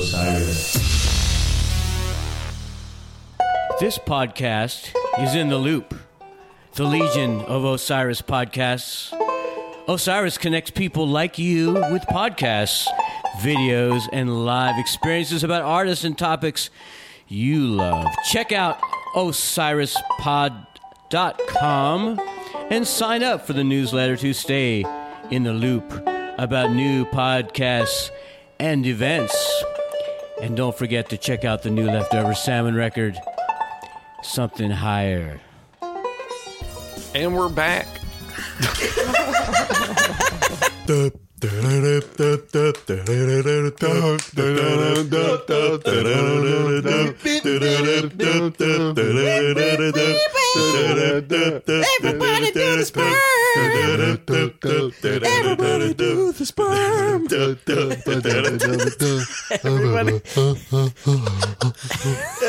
Osiris. This podcast is in the loop. The Legion of Osiris podcasts. Osiris connects people like you with podcasts, videos, and live experiences about artists and topics you love. Check out osirispod.com and sign up for the newsletter to stay in the loop about new podcasts and events. And don't forget to check out the new Leftover Salmon record, Something Higher. And we're back. Everybody do the sperm. Everybody do the sperm.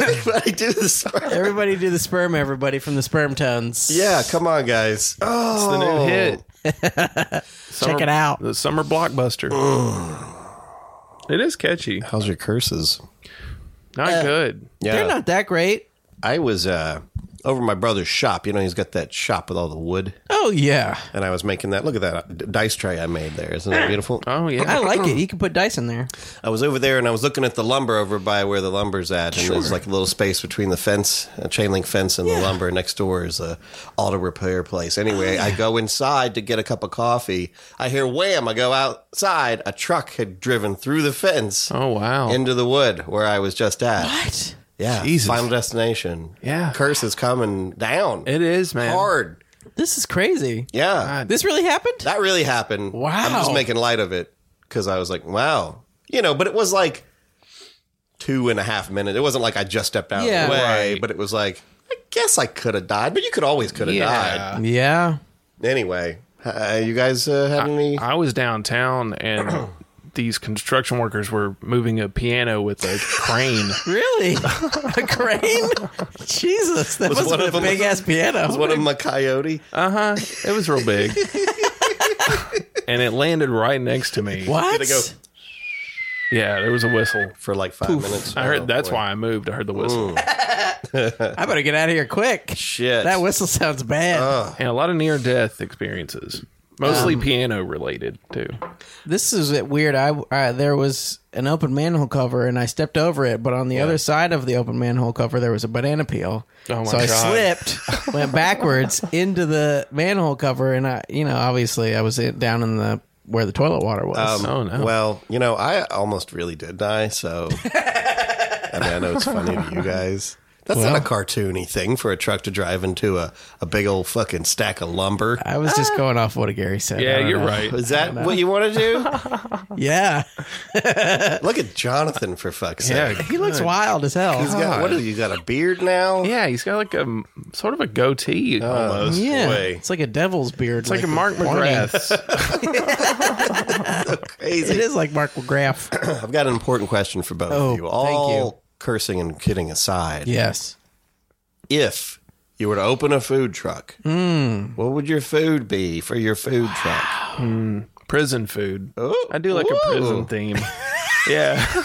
Everybody do the sperm. Everybody do the sperm. Everybody from the Sperm Tones. Yeah, come on, guys. It's Oh, the new hit. Summer- Check it out. The summer blockbuster. it is catchy. How's your curses? Not good. Yeah, They're not that great. I was uh, over my brother's shop. You know, he's got that shop with all the wood, Oh yeah, and I was making that. Look at that dice tray I made there. Isn't it beautiful? Oh yeah. I like it. You can put dice in there. I was over there and I was looking at the lumber over by where the lumber's at, and there's like a little space between the fence, a chain link fence, and the lumber. Next door is a auto repair place. Anyway, I go inside to get a cup of coffee. I hear wham! I go outside. A truck had driven through the fence Oh wow. into the wood where I was just at. What? Yeah, Jesus. Final Destination. Yeah. curse is coming down. it is man. hard. This is crazy. Yeah, God. This really happened? that really happened. Wow. I'm just making light of it because I was like, wow. You know, but it was like two and a half minutes. It wasn't like I just stepped out Yeah. of the way, Right. but it was like, I guess I could have died, but you could always could have Yeah. Yeah. died. Anyway, uh, you guys uh, have any? I was downtown and these construction workers were moving a piano with a crane. Really? a crane? Jesus, that Was must one have of been a them- big ass was piano. one of them a coyote? Uh huh. It was real big. and it landed right next to me. Did it go What? Yeah, there was a whistle. for like five minutes? I Oh, heard that's boy. why I moved. I heard the whistle. I better get out of here quick. Shit. Uh, That whistle sounds bad. And a lot of near death experiences. Mostly Mm. piano related too. this is it weird. I uh, there was an open manhole cover and I stepped over it, but on the other side of the open manhole cover there was a banana peel. Oh, my so I God. slipped, went backwards into the manhole cover, and I, you know, obviously I was in, down in the where the toilet water was. Um, Oh, no. Well, you know, I almost really did die, so I mean, I know it's funny to you guys. That's not a cartoony thing for a truck to drive into a, a big old fucking stack of lumber. I was just going off what Gary said. I ah. Yeah, don't you're know. right. Is that what you want to do? Yeah, Look at Jonathan for fuck's sake. Yeah. he looks wild as hell. He's got, what is he got a beard now? Yeah, he's got like a m- sort of a Uh, goatee almost. yeah, way. it's like a devil's beard. It's like a Mark McGrath's. It Crazy. is like Mark McGrath. I've got an important question for both Oh, of you. thank All you. cursing and kidding aside, yes. if you were to open a food truck, Hmm. what would your food be for your food truck? prison food. Oh, I do like a ooh. prison theme. yeah.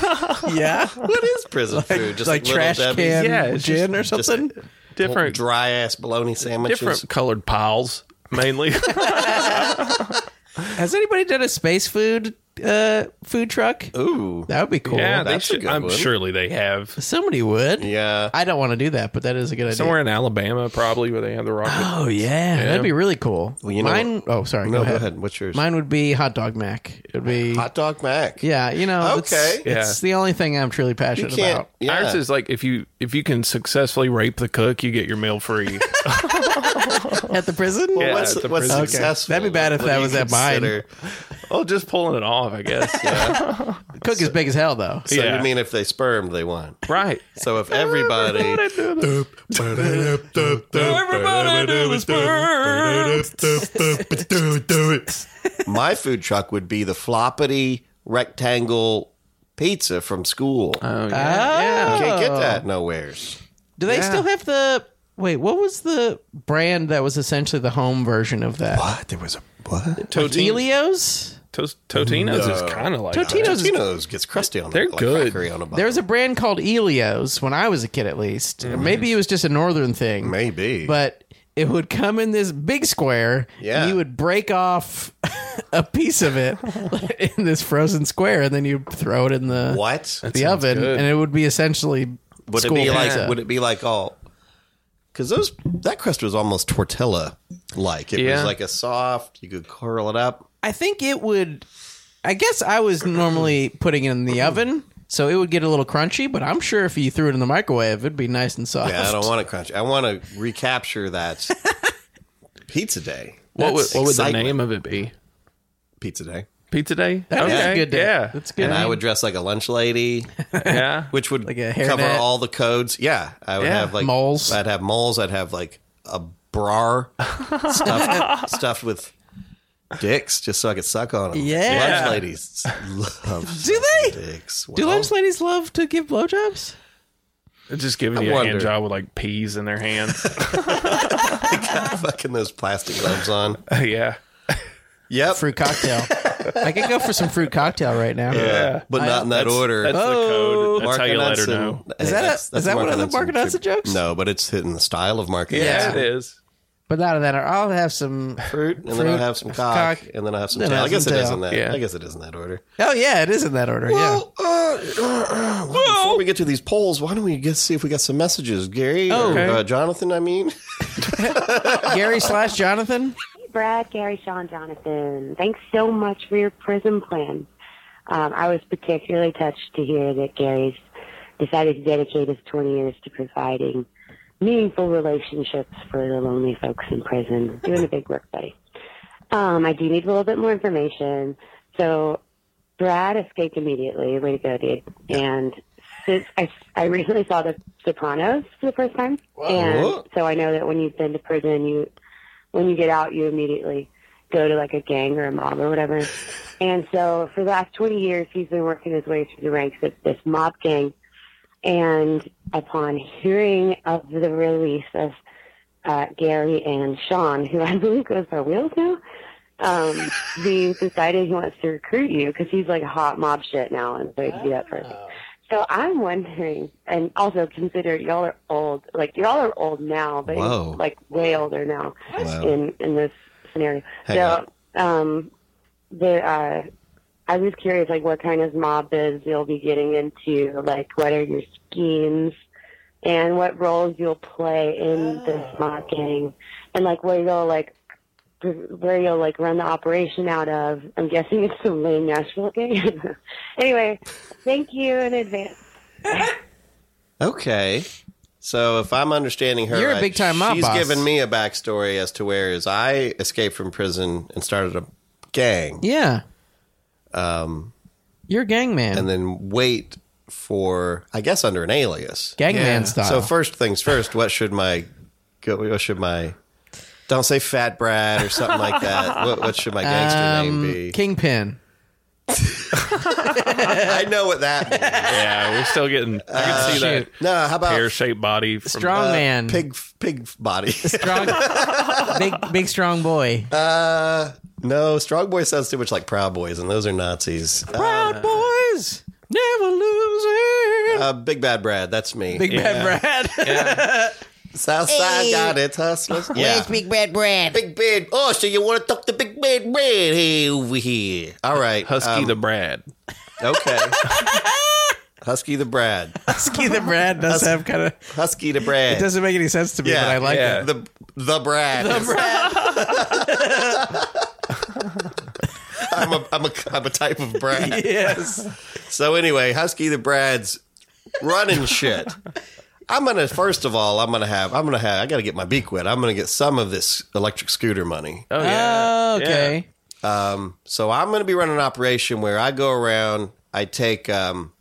Yeah. What is prison food? Just like Little trash Debbie's? can Yeah, it's gin or just- something. Different dry ass bologna sandwiches. different colored piles mainly. Has anybody done a space food uh, food truck? Ooh, That would be cool. yeah, they that's a should good I'm one. surely they have. Somebody would. yeah. I don't want to do that, but that is a good idea. Somewhere in Alabama probably where they have the rocket. Oh yeah, that'd be really cool. you know Mine. Oh, sorry. no, go, ahead. What's yours? Mine would be hot dog mac. It would be. Hot dog mac. yeah, you know. it's- Okay. It's, the only thing I'm truly passionate Can't, about. yeah. Ours is like if you if you can successfully rape the cook, you get your meal free. At the prison. Yeah, what's it's a what's prison. Okay. successful? That'd be bad if What that do you was at mine. consider- oh, just pulling it off, I guess. Yeah. Cook is big as hell though. So Yeah. you mean if they spermed, they won. right. So if everybody, Everybody do the Spurs. my food truck would be the floppity rectangle pizza from school. Oh, Oh. yeah. you can't get that Oh. nowheres. Do they still have the? Wait, what was the Uh, brand that was essentially the home version of that? What? There was a what? Elio's? Tos- Totino's is No. kind of like Totino's- that. Totino's gets crusty on the They're like, good. crackery on a bun. There was a brand called Elio's when I was a kid, at least. Maybe it was just a northern thing. Mm-hmm. maybe, But it would come in this big square. Yeah. And you would break off a piece of it in this frozen square, and then you'd throw it in the what the oven, good. and it would be essentially would it school be pizza. like? Would it be like all? Because those that crust was almost tortilla like. It Yeah. was like a soft. You could curl it up. I think it would. I guess I was normally putting it in the oven, so it would get a little crunchy. But I'm sure if you threw it in the microwave, it'd be nice and soft. Yeah, I don't want to crunch. I want to recapture that pizza day. What would, That's what would the excitement. name of it be? Pizza day? Pizza Day. That is a good day. Yeah, That's good. And I would dress like a lunch lady, yeah. which would a cover hairnet. all the codes. Yeah, I would Yeah. have like Moles. I'd have moles. I'd have like a bra stuffed, stuffed with dicks, just so I could suck on them. Yeah. lunch ladies love Do they? dicks. Do Well, lunch ladies love to give blowjobs? Just giving I you a hand wonder. job with like peas in their hands. fucking those plastic gloves on? yeah. Yep, Fruit cocktail. I could go for some fruit cocktail right now. yeah, but not in that That's- order. That's the code. That's how you let her Knudsen. know. Hey, Is that a- that's- that's is that Mark one of the Knudsen Mark Knudsen tribute. jokes? No, but it's hitting the style of Mark. Yeah, Knudsen. it is. But out of that, I'll have some. fruit, and then Fruit, I'll have some cock, cock, and then I'll have some then tail. I'll I have guess some it tail. isn't that. Yeah. I guess it isn't that order. Oh yeah, it is in that order. Oh, yeah. uh, before we get to these polls, why don't we get see if we got some messages, Gary or Okay. uh, Jonathan? I mean, Gary slash Jonathan. Brad, Gary, Sean, Jonathan. Thanks so much for your prison plan. Um, I was particularly touched to hear that Gary's decided to dedicate his 20 years to providing meaningful relationships for the lonely folks in prison. Doing a big work, buddy. Um, I do need a little bit more information. So Brad escaped immediately. Way to go, dude. And since I, I recently saw The Sopranos for the first time. And so I know that when you've been to prison, you when you get out, you immediately go to like a gang or a mob or whatever. And so for the last 20 years, he's been working his way through the ranks of this mob gang. And upon hearing of the release of uh, Gary and Sean, who I believe goes by Wheels now, um, he decided he wants to recruit you because he's like hot mob shit now, and so he can be that person. So I'm wondering, and also consider y'all are old, like y'all are old now, but Whoa. like way older now Wow. in in this scenario. Hang so, um, the uh, I was curious, like what kind of mob is you'll be getting into, like what are your schemes, and what roles you'll play in this mob gang, and like where you'll like where you'll like run the operation out of. I'm guessing it's some lame Nashville gang. anyway, thank you in advance. okay. So if I'm understanding her, You're a right, big-time mob She's boss. giving me a backstory as to where is I escaped from prison and started a gang, Yeah. Um, you're gang man. Um, and then wait for I guess under an alias. gang man Yeah. style. Um, So first things first, what should my what should my don't say fat Brad or something like that. What, what should my gangster Um, name be? Kingpin. I know what that means. Yeah, we're still getting. I can see that No, how about pear shaped body. From, Strong man. uh, pig pig body? Strong. big big strong boy. Uh, no, strong boy sounds too much like Proud Boys, and those are Nazis. Uh, Proud boys never losing. uh, big bad Brad, that's me. big bad Brad. Southside got it, hustlers. Yeah. Big Red Brad. Big bad. Oh, so you want to talk to Big Bad Brad here over here? All right, Husky um, the Brad. okay. Husky the Brad. Husky the Brad does have kind of Husky the Brad. it doesn't make any sense to me, but I like yeah. it. the the Brad. The Brad. I'm a I'm a I'm a type of Brad. Yes. So anyway, Husky the Brad's running shit. I'm gonna first of all, I'm gonna have I'm gonna have I gotta get my beak wet. I'm gonna get some of this electric scooter money. uh, Oh yeah. okay. So I'm gonna be running an operation where I go around, I take um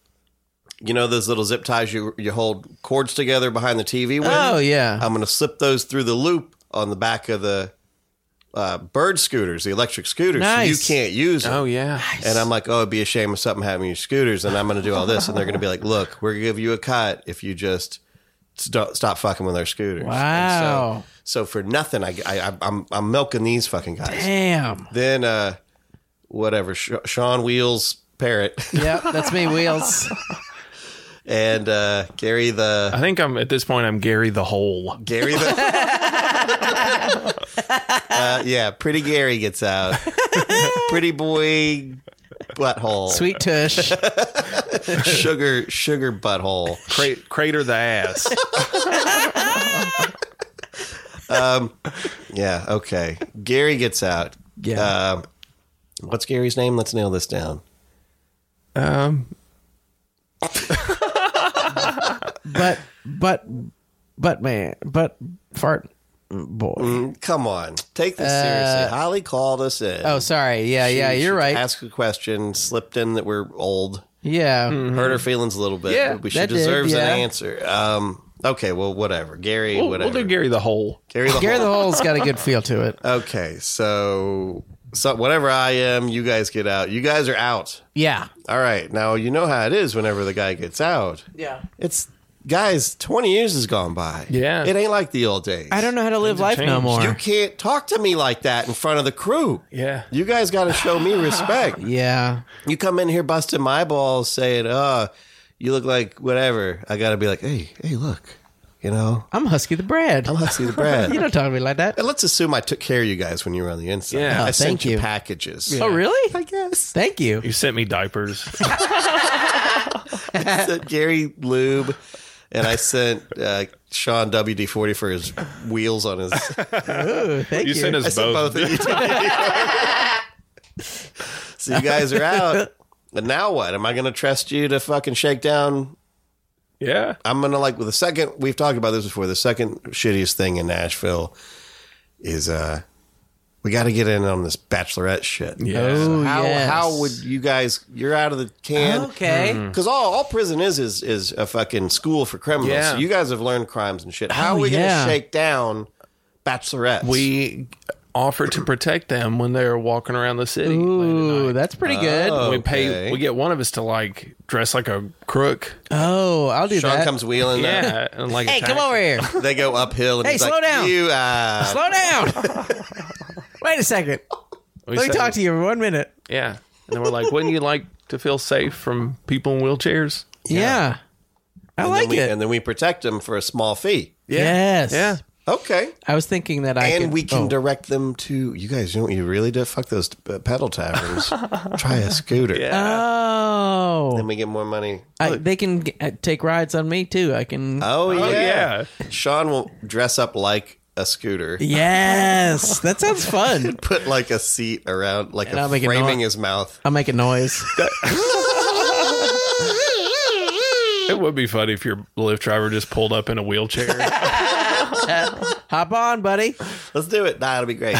you know those little zip ties you you hold cords together behind the TV with? Oh yeah. I'm going to slip those through the loop on the back of the uh, bird scooters, the electric scooters. so Nice. you can't use them. Oh yeah. And I'm like, oh, it'd be a shame if something happened to your scooters. And I'm going to do all this. And they're going to be like, look, we're going to give you a cut if you just st- stop fucking with our scooters. And so- Wow. So, for nothing, I, I, I'm, I'm milking these fucking guys. Damn. Then uh, whatever Sh- Sean Wheels parrot Yep, that's me, Wheels. and uh, Gary the I think I'm at this point. I'm Gary the Hole. Gary the uh, yeah pretty Gary gets out pretty boy butthole Sweet tush. sugar sugar butthole Cra- crater the ass. yeah okay Gary gets out Yeah. um, what's Gary's name let's nail this down um, But but but man, but fart boy. Mm, come on take this seriously Holly called us in Uh, Oh, sorry. Yeah, yeah, She- you're she right. asked a question slipped in that we're old Yeah. hurt her feelings a little bit. Mm-hmm. Yeah, but she that did, deserves yeah. an answer. Um, okay, well, whatever, Gary, we'll, whatever, we'll do Gary the Hole. Gary the Gary Hole. the Hole's got a good feel to it. Okay, so so whatever I am, you guys get out. You guys are out. Yeah. All right, now you know how it is. Whenever the guy gets out, Yeah. it's guys. Twenty years has gone by. Yeah. it ain't like the old days. I don't know how to live life no changed. You more. can't talk to me like that in front of the crew. Yeah. You guys got to show me respect. Yeah. You come in here busting my balls, saying, "Oh, you look like whatever." I gotta be like, "Hey, hey, look, you know, I'm Husky the Bread. I'm Huxley the Brad." You don't talk to me like that. And let's assume I took care of you guys when you were on the inside. Yeah. I Oh, sent thank you you. packages. Oh, really? I guess Thank you. You sent me diapers. I sent Gary lube, and I sent uh, Sean WD forty for his wheels on his. Ooh, thank you you. sent I us sent both. both of you. so you guys are out. And now what? Am I going to trust you to fucking shake down Yeah. I'm gonna like with the second we've talked about this before. The second shittiest thing in Nashville is uh we got to get in on this bachelorette shit. Yeah. oh, How yes. how would you guys? You're out of the can. Okay. Because all, all prison is is is a fucking school for criminals. Yeah. So you guys have learned crimes and shit. How Oh, are we yeah. gonna shake down bachelorettes? We offered to protect them when they're walking around the city. Hmm. Ooh, that's pretty good. Oh. We pay. Okay. We get one of us to like dress like a crook. Oh, I'll do Sean that. comes wheeling. Yeah. Yeah, and like hey, attack- come over here. They go uphill. And Hey, he's slow like, down. You uh, Slow down. Wait a second. We Let me said- talk to you for one minute. Yeah, and then we're like, wouldn't you like to feel safe from people in wheelchairs? Yeah. I like and we, it. And then we protect them for a small fee. Yes. Yeah. Okay. I was thinking that I and could, we can oh. direct them to you guys. You know what you really do? Fuck those uh, pedal taverns. Try a scooter. Then Oh, we get more money. I, they can g- uh, take rides on me too. I can. Oh, Oh, yeah. yeah. Sean will dress up like a scooter. yes, that sounds fun. Put like a seat around, like And a I'll make a framing noise. his mouth. I'll make a noise. It would be funny if your lift driver just pulled up in a wheelchair. Hop on, buddy. Let's do it. Nah, it'll be great.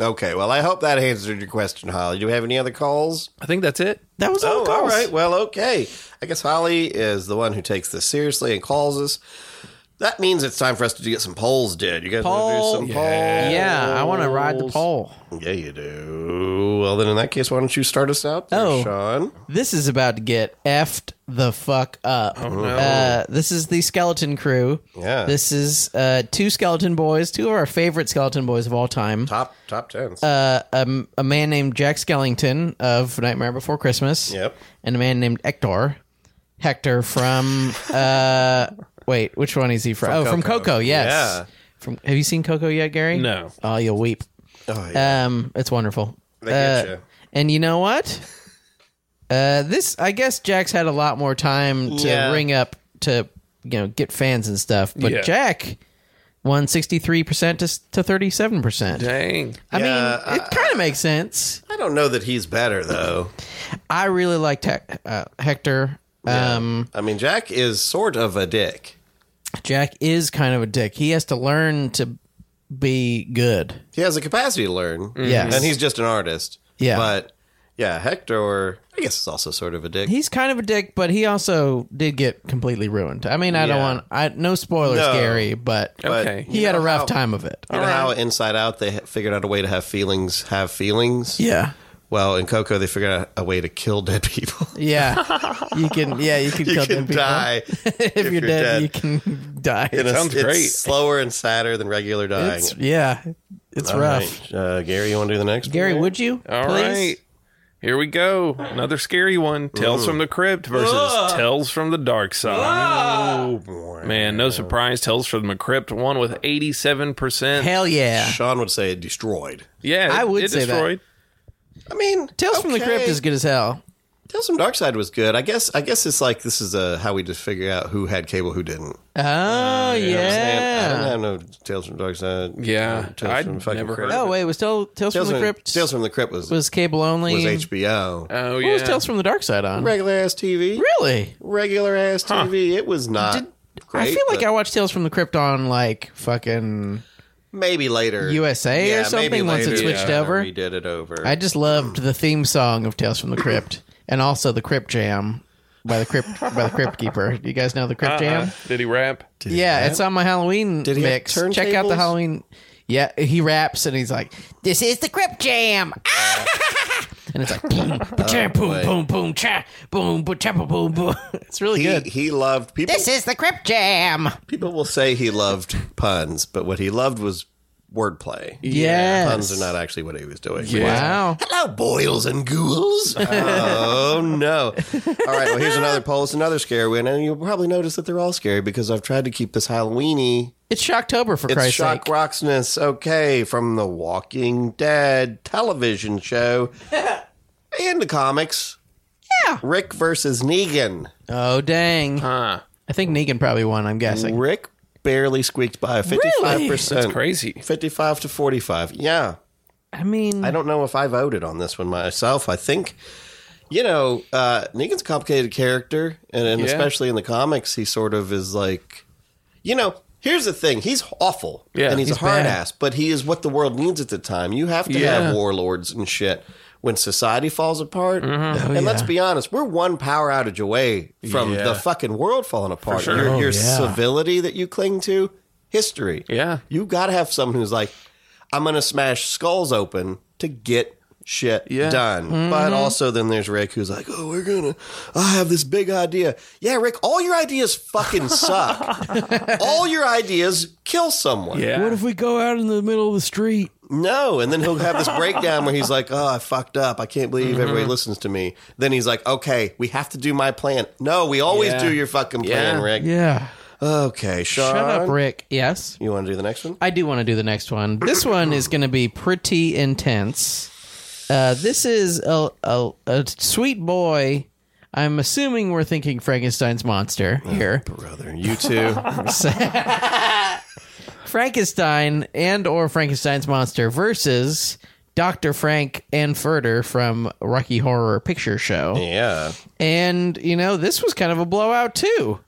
okay. Well, I hope that answered your question, Holly. Do we have any other calls? I think that's it. That was all. Oh, the calls. all right. Well, okay. I guess Holly is the one who takes this seriously and calls us. That means it's time for us to get some polls, dude. You guys Poll. want to do some polls? Yeah, I want to ride the pole. Yeah, you do. Well, then in that case, why don't you start us out, there, Oh. Sean? This is about to get effed the fuck up. Oh, uh, this is the skeleton crew. Yeah. This is uh, two skeleton boys, two of our favorite skeleton boys of all time. Top top tens. Uh, um, a man named Jack Skellington of Nightmare Before Christmas. Yep. And a man named Hector. Hector from uh wait, which one is he from? oh, from Coco. Coco, yes. Yeah. From have you seen Coco yet, Gary? No. Oh, you'll weep. oh, yeah. Um it's wonderful. They get uh, ya. And you know what? Uh this I guess Jack's had a lot more time to Yeah. ring up to you know, get fans and stuff, but Yeah. Jack won 63% to s- to 37%. Dang. I Yeah, mean, it kind of makes sense. I don't know that he's better though. I really liked Hec- uh, Hector. Um, I mean, Jack is sort of a dick. Jack is kind of a dick. He has to learn to be good. He has a capacity to learn. Mm-hmm. Yes. and he's just an artist. Yeah. but yeah, Hector, I guess is also sort of a dick. He's kind of a dick, but he also did get completely ruined. I mean, I don't Yeah. want I no spoilers, No. Gary, but But Okay. he you had a know rough how- time of it. You know how Inside Out they ha- figured out a way to have feelings have feelings. Yeah, Well, in Coco they figured out a way to kill dead people. yeah. you can, yeah, you can you kill can dead people. die if, you're, dead, You can die. And it's- Sounds it's great. slower and sadder than regular dying. It's- yeah, it's All rough. right. Uh, Gary, you want to do the next Gary, one? would you? All right. please? Here we go. Another scary one. Tales from the Crypt versus Tales from the Dark Side. Oh, Man, no surprise. Tales from the Crypt won with 87%. Hell yeah. Sean would say destroyed. yeah, I it- would it say that. destroyed. I mean, Tales from the okay. Crypt is good as hell. Tales from Dark Side was good. I guess. I guess it's like this is uh how we just figure out who had cable, who didn't. Oh, Uh, I yeah. don't have no Tales from the Dark Side. Yeah, Uh, Tales I'd from the fucking never Crypt. heard of Oh, wait. Was Tale, Tales, Tales from the from Crypt? Tales from the Crypt was was, was cable only. HBO. Oh, What yeah. was Tales from the Dark Side on? regular ass TV. Really? Regular ass TV. It was not. great, I feel like but I watched Tales from the Crypt on like fucking. maybe later USA or something once it switched over. We did it over. I just loved the theme song of Tales from the Crypt and also the Crypt Jam by the Crypt by the Crypt Keeper. You guys know the Crypt Uh-uh. Jam? Did he rap? Yeah, it's on my Halloween he have mix. Check out the turntables? Halloween. Yeah, he raps and he's like, "This is the Crypt Jam," and it's like, "Boom, cha, boom, Oh, boy. boom, boom, cha, boom, boom, cha, boom, boom." It's really he, good. he loved people. This is the Crypt Jam. people will say he loved puns, but what he loved was wordplay. Yes. Puns are not actually what he was doing. Wow. Hello, boils and ghouls. oh no! All right. Well, here's another poll. It's another scary one, and you'll probably notice that they're all scary because I've tried to keep this Halloweeny. It's Shocktober for It's Christ's shock sake. rocksness. Okay, from the Walking Dead television show and the comics. Yeah. Rick versus Negan. Oh dang! Huh. I think Negan probably won. I'm guessing. Rick barely squeaked by 55%. That's crazy. 55 to 45. Yeah. Mm. I mean, I don't know if I voted on this one myself. I think, you know, uh, Negan's a complicated character, and, and Yeah. especially in the comics, he sort of is like, you know, here's the thing: he's awful, Yeah. and he's, He's a hard bad. ass, but he is what the world needs at the time. You have to Yeah. have warlords and shit. When society falls apart, and let's be honest, we're one power outage away from Mm-hmm. Oh, Yeah. the fucking world falling apart. sure. Your, Oh, your yeah. civility that you cling to, history. Yeah. You got to have someone who's like, I'm going to smash skulls open to get shit Yeah. Mm-hmm. done. But also, then there's Rick who's like, oh, we're going to, I have this big idea. Yeah, Rick, all your ideas fucking suck. all your ideas kill someone. Yeah. What if we go out in the middle of the street? No. And then he'll have this breakdown where he's like, oh, I fucked up. I can't believe Mm-hmm. everybody listens to me. Then he's like, okay, we have to do my plan. No, we always Yeah. do your fucking plan, Yeah. Rick. yeah. Okay, Sean. Shut Uh, up, Rick. Yes. You want to do the next one? I do want to do the next one. This one is going to be pretty intense. Uh, this is a, a, a sweet boy. I'm assuming we're thinking Frankenstein's monster here. Brother, you too. Frankenstein and or Frankenstein's monster versus Dr. Frank and Furter from Rocky Horror Picture Show. yeah. And, you know, this was kind of a blowout too.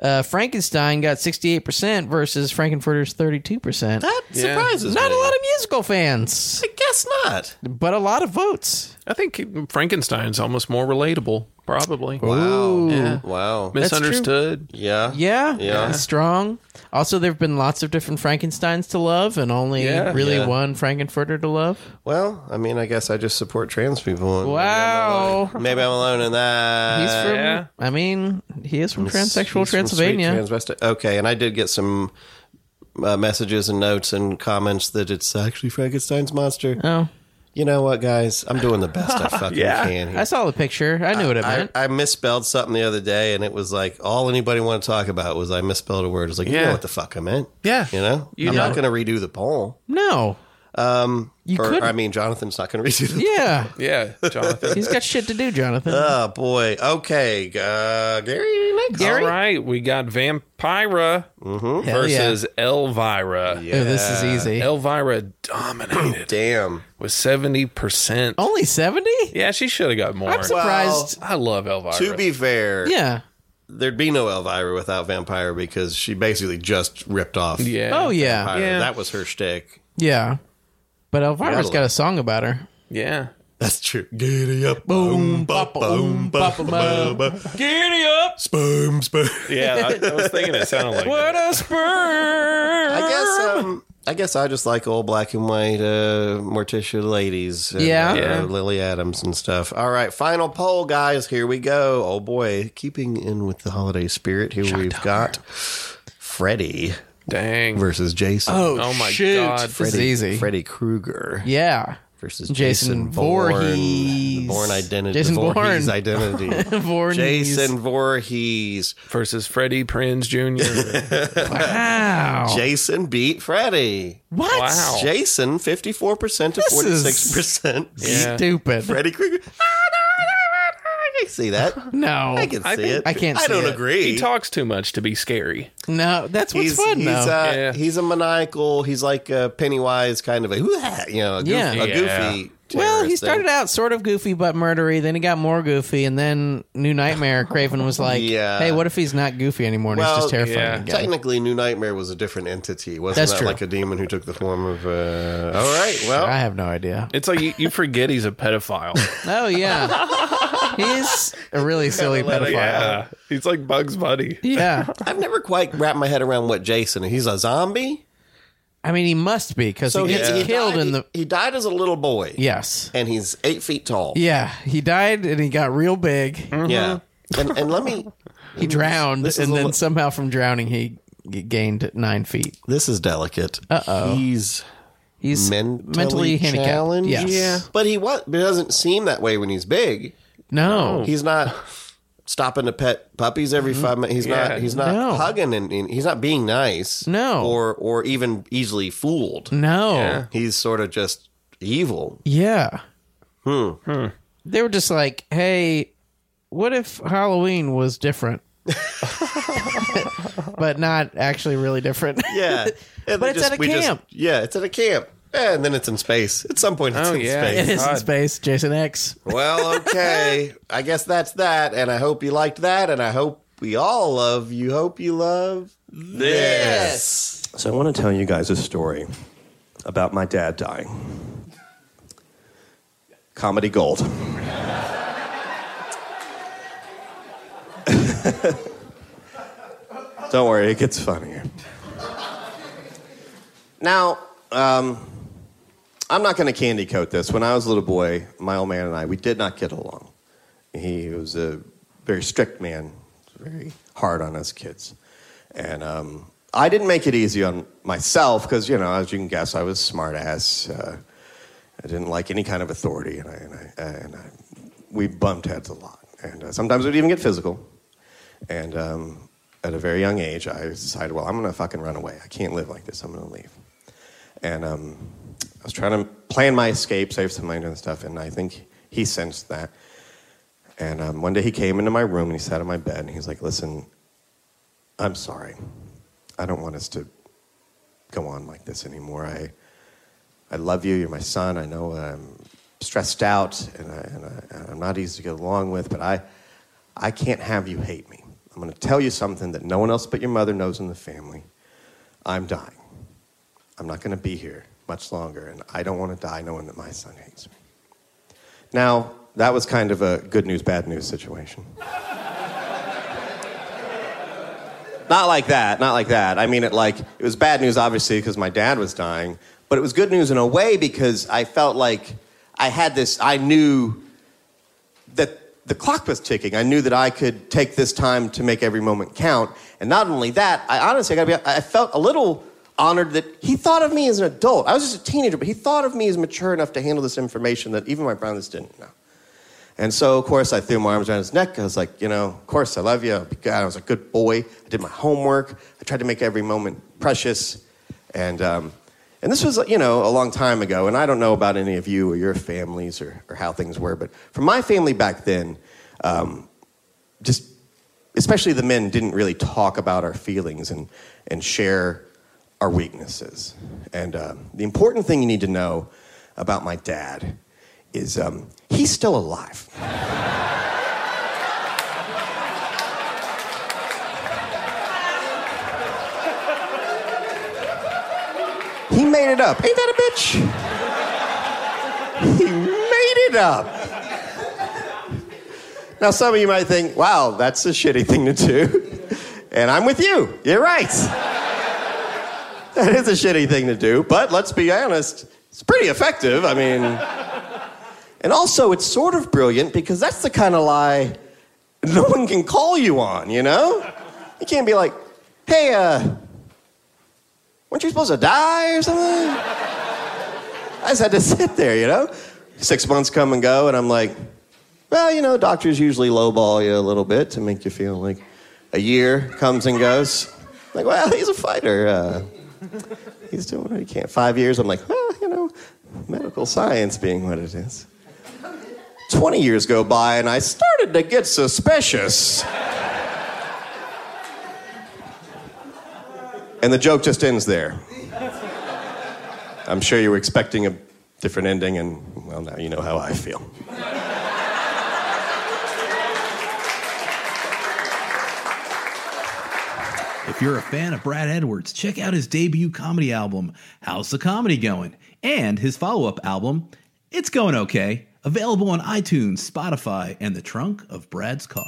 Uh, Frankenstein got 68% versus Frankenfurter's 32%. That surprises Not me. a lot of musical fans, I guess not. but a lot of votes. I think Frankenstein's almost more relatable, probably. Wow. Yeah. Wow. true. Misunderstood. Yeah. Yeah, Yeah. strong. Also, there have been lots of different Frankenstein's to love, and only Yeah. really Yeah. one Frankenfurter to love. Well, I mean, I guess I just support trans people. and Wow, Maybe I'm alone in that. he's from. yeah. I mean, he is from transsexual He's from Transylvania. straight transvesti- okay, and I did get some uh, messages and notes and comments that it's actually Frankenstein's monster. oh, You know what, guys? I'm doing the best I fucking Yeah. can. Here. I saw the picture. I knew what it I, meant. I misspelled something the other day, and it was like all anybody wanted to talk about was I misspelled a word. It was like, you Yeah. know what the fuck I meant? Yeah. you know, You I'm not know. going to redo the poll. no, um, you or could. I mean, Jonathan's not going to redo the. yeah, Yeah, Jonathan. he's got shit to do, Jonathan. Oh boy. Okay, uh, Gary. Next. Gary? All right, we got Vampira Hell yeah. versus Elvira. Ooh, Oh, this is easy. Elvira dominated Damn. with seventy percent. Oh. Only seventy. Yeah, she should have got more. I'm surprised. I love Elvira. To be fair, yeah. there'd be no Elvira without Vampire because she basically just ripped off. yeah. Oh yeah. Vampire. Yeah. That was her shtick. Yeah. But Elvira's Really? got a song about her. yeah. That's true. Giddy up, boom, bop, boom, bop, bop, bop, Giddy up! sperm, sperm. Yeah, I, I was thinking it sounded like What a spur! I guess. Um, I guess I just like old black and white uh, Morticia ladies. and, Yeah. uh, Yeah. Lily Adams and stuff. All right, final poll, guys. Here we go. Oh boy, keeping in with the holiday spirit. Here we've got Freddy Dang. versus Jason. Oh my Shoot, god. This is easy. Freddy Krueger. Yeah. versus Jason Jason, Bourne. Voorhees. The Bourne identity. Jason the Voorhees Bourne. identity. Voorhees. Jason Voorhees. versus Freddie Prinz Jr. Oh. Wow. Jason beat Freddy. what? Wow. Jason, 54% to This is- 46%. Yeah. Stupid. Freddy Krueger. I can see that. No. I can see I think- it. I can't I see don't it. agree. he talks too much to be scary. No, that's what's he's fun he's, though. uh, Yeah. he's a maniacal. He's like a Pennywise kind of a who that you know a, goof, Yeah. a Yeah. goofy. well, he terrorist started thing. out sort of goofy but murdery. Then he got more goofy, and then New Nightmare. Craven was like, Yeah. "Hey, what if he's not goofy anymore? And he's Well, just terrifying yeah. again?" Technically, New Nightmare was a different entity. Wasn't That's that true. like a demon who took the form of? Uh, all right, well, I have no idea. It's like you, you forget he's a pedophile. Oh yeah, he's a really silly pedophile. Yeah. yeah, he's like Bugs Bunny. I've never quite wrapped my head around what Jason. He's a zombie. I mean he must be because he gets killed died, in the He, he died as a little boy. yes. and he's eight feet tall. Yeah, he died and he got real big. yeah. Mm-hmm. And, and let me. He drowned, Mm-hmm. This is and a then li- somehow from drowning he g- gained nine feet. This is delicate. Uh Uh-oh. He's He's mentally, mentally handicapped. challenged. Yes. Yeah. But he what? But it doesn't seem that way when he's big. no. He's not stopping to pet puppies every five minutes. He's Yeah. not. He's not Mm-hmm. No. hugging and, and he's not being nice. No. Or or even easily fooled. no. He's sort of just evil. Yeah. Hmm. They were just like, hey, what if Halloween was different? but not actually really different. Yeah. And But they it's at a we camp. yeah, it's at a camp. And then it's in space. At some point, it's Oh, in yeah. space. It is in God. space, Jason X. Well, okay. I guess that's that. And I hope you liked that. And I hope we all love you. Hope you love this. So I want to tell you guys a story about my dad dying. Comedy gold. Don't worry, it gets funnier. Now, um, I'm not going to candy coat this. When I was a little boy, my old man and I, we did not get along. He was a very strict man, very hard on us kids. And um, I didn't make it easy on myself because, you know, as you can guess, I was smart ass. Uh, I didn't like any kind of authority. And, I, and, I, and I, we bumped heads a lot. And uh, sometimes we'd even get physical. And um, at a very young age, I decided, well, I'm going to fucking run away. I can't live like this. I'm going to leave. And um, I was trying to plan my escape, save some money and stuff. And I think he sensed that. And um, one day he came into my room and he sat on my bed and he's like, listen, I'm sorry. I don't want us to go on like this anymore. I, I love you. You're my son. I know I'm stressed out and, I, and, I, and I'm not easy to get along with, but I, I can't have you hate me. I'm going to tell you something that no one else but your mother knows in the family. I'm dying. I'm not going to be here much longer, and I don't want to die knowing that my son hates me. Now, that was kind of a good news, bad news situation. not like that, not like that. I mean, it like it was bad news, obviously, because my dad was dying, but it was good news in a way because I felt like I had this. I knew that the clock was ticking. I knew that I could take this time to make every moment count. And not only that, I honestly got to be. I felt a little honored that he thought of me as an adult. I was just a teenager, but he thought of me as mature enough to handle this information that even my brothers didn't know. And so, of course, I threw my arms around his neck. I was like, you know, of course, I love you. I'll be good. I was a good boy. I did my homework. I tried to make every moment precious. And, um, and this was, you know, a long time ago. And I don't know about any of you or your families or, or how things were. But for my family back then, um, just especially the men didn't really talk about our feelings and, and share our weaknesses. And um, the important thing you need to know about my dad is um, he's still alive. He made it up. Ain't that a bitch? He made it up. Now, some of you might think, wow, that's a shitty thing to do. And I'm with you. You're right. That is a shitty thing to do, but let's be honest, it's pretty effective. I mean, and also, it's sort of brilliant because that's the kind of lie no one can call you on, you know? You can't be like, hey, uh, weren't you supposed to die or something? I just had to sit there, you know? Six months come and go, and I'm like, well, you know, doctors usually lowball you a little bit to make you feel like a year comes and goes. Like, well, he's a fighter. Uh, he's doing what he can. Five years, I'm like, well, you know, medical science being what it is. 20 years go by, and I started to get suspicious. And the joke just ends there. I'm sure you were expecting a different ending, and well, now you know how I feel. If you're a fan of Brad Edwards, check out his debut comedy album, How's the Comedy Going? and his follow up album, It's Going Okay, available on iTunes, Spotify, and the trunk of Brad's car.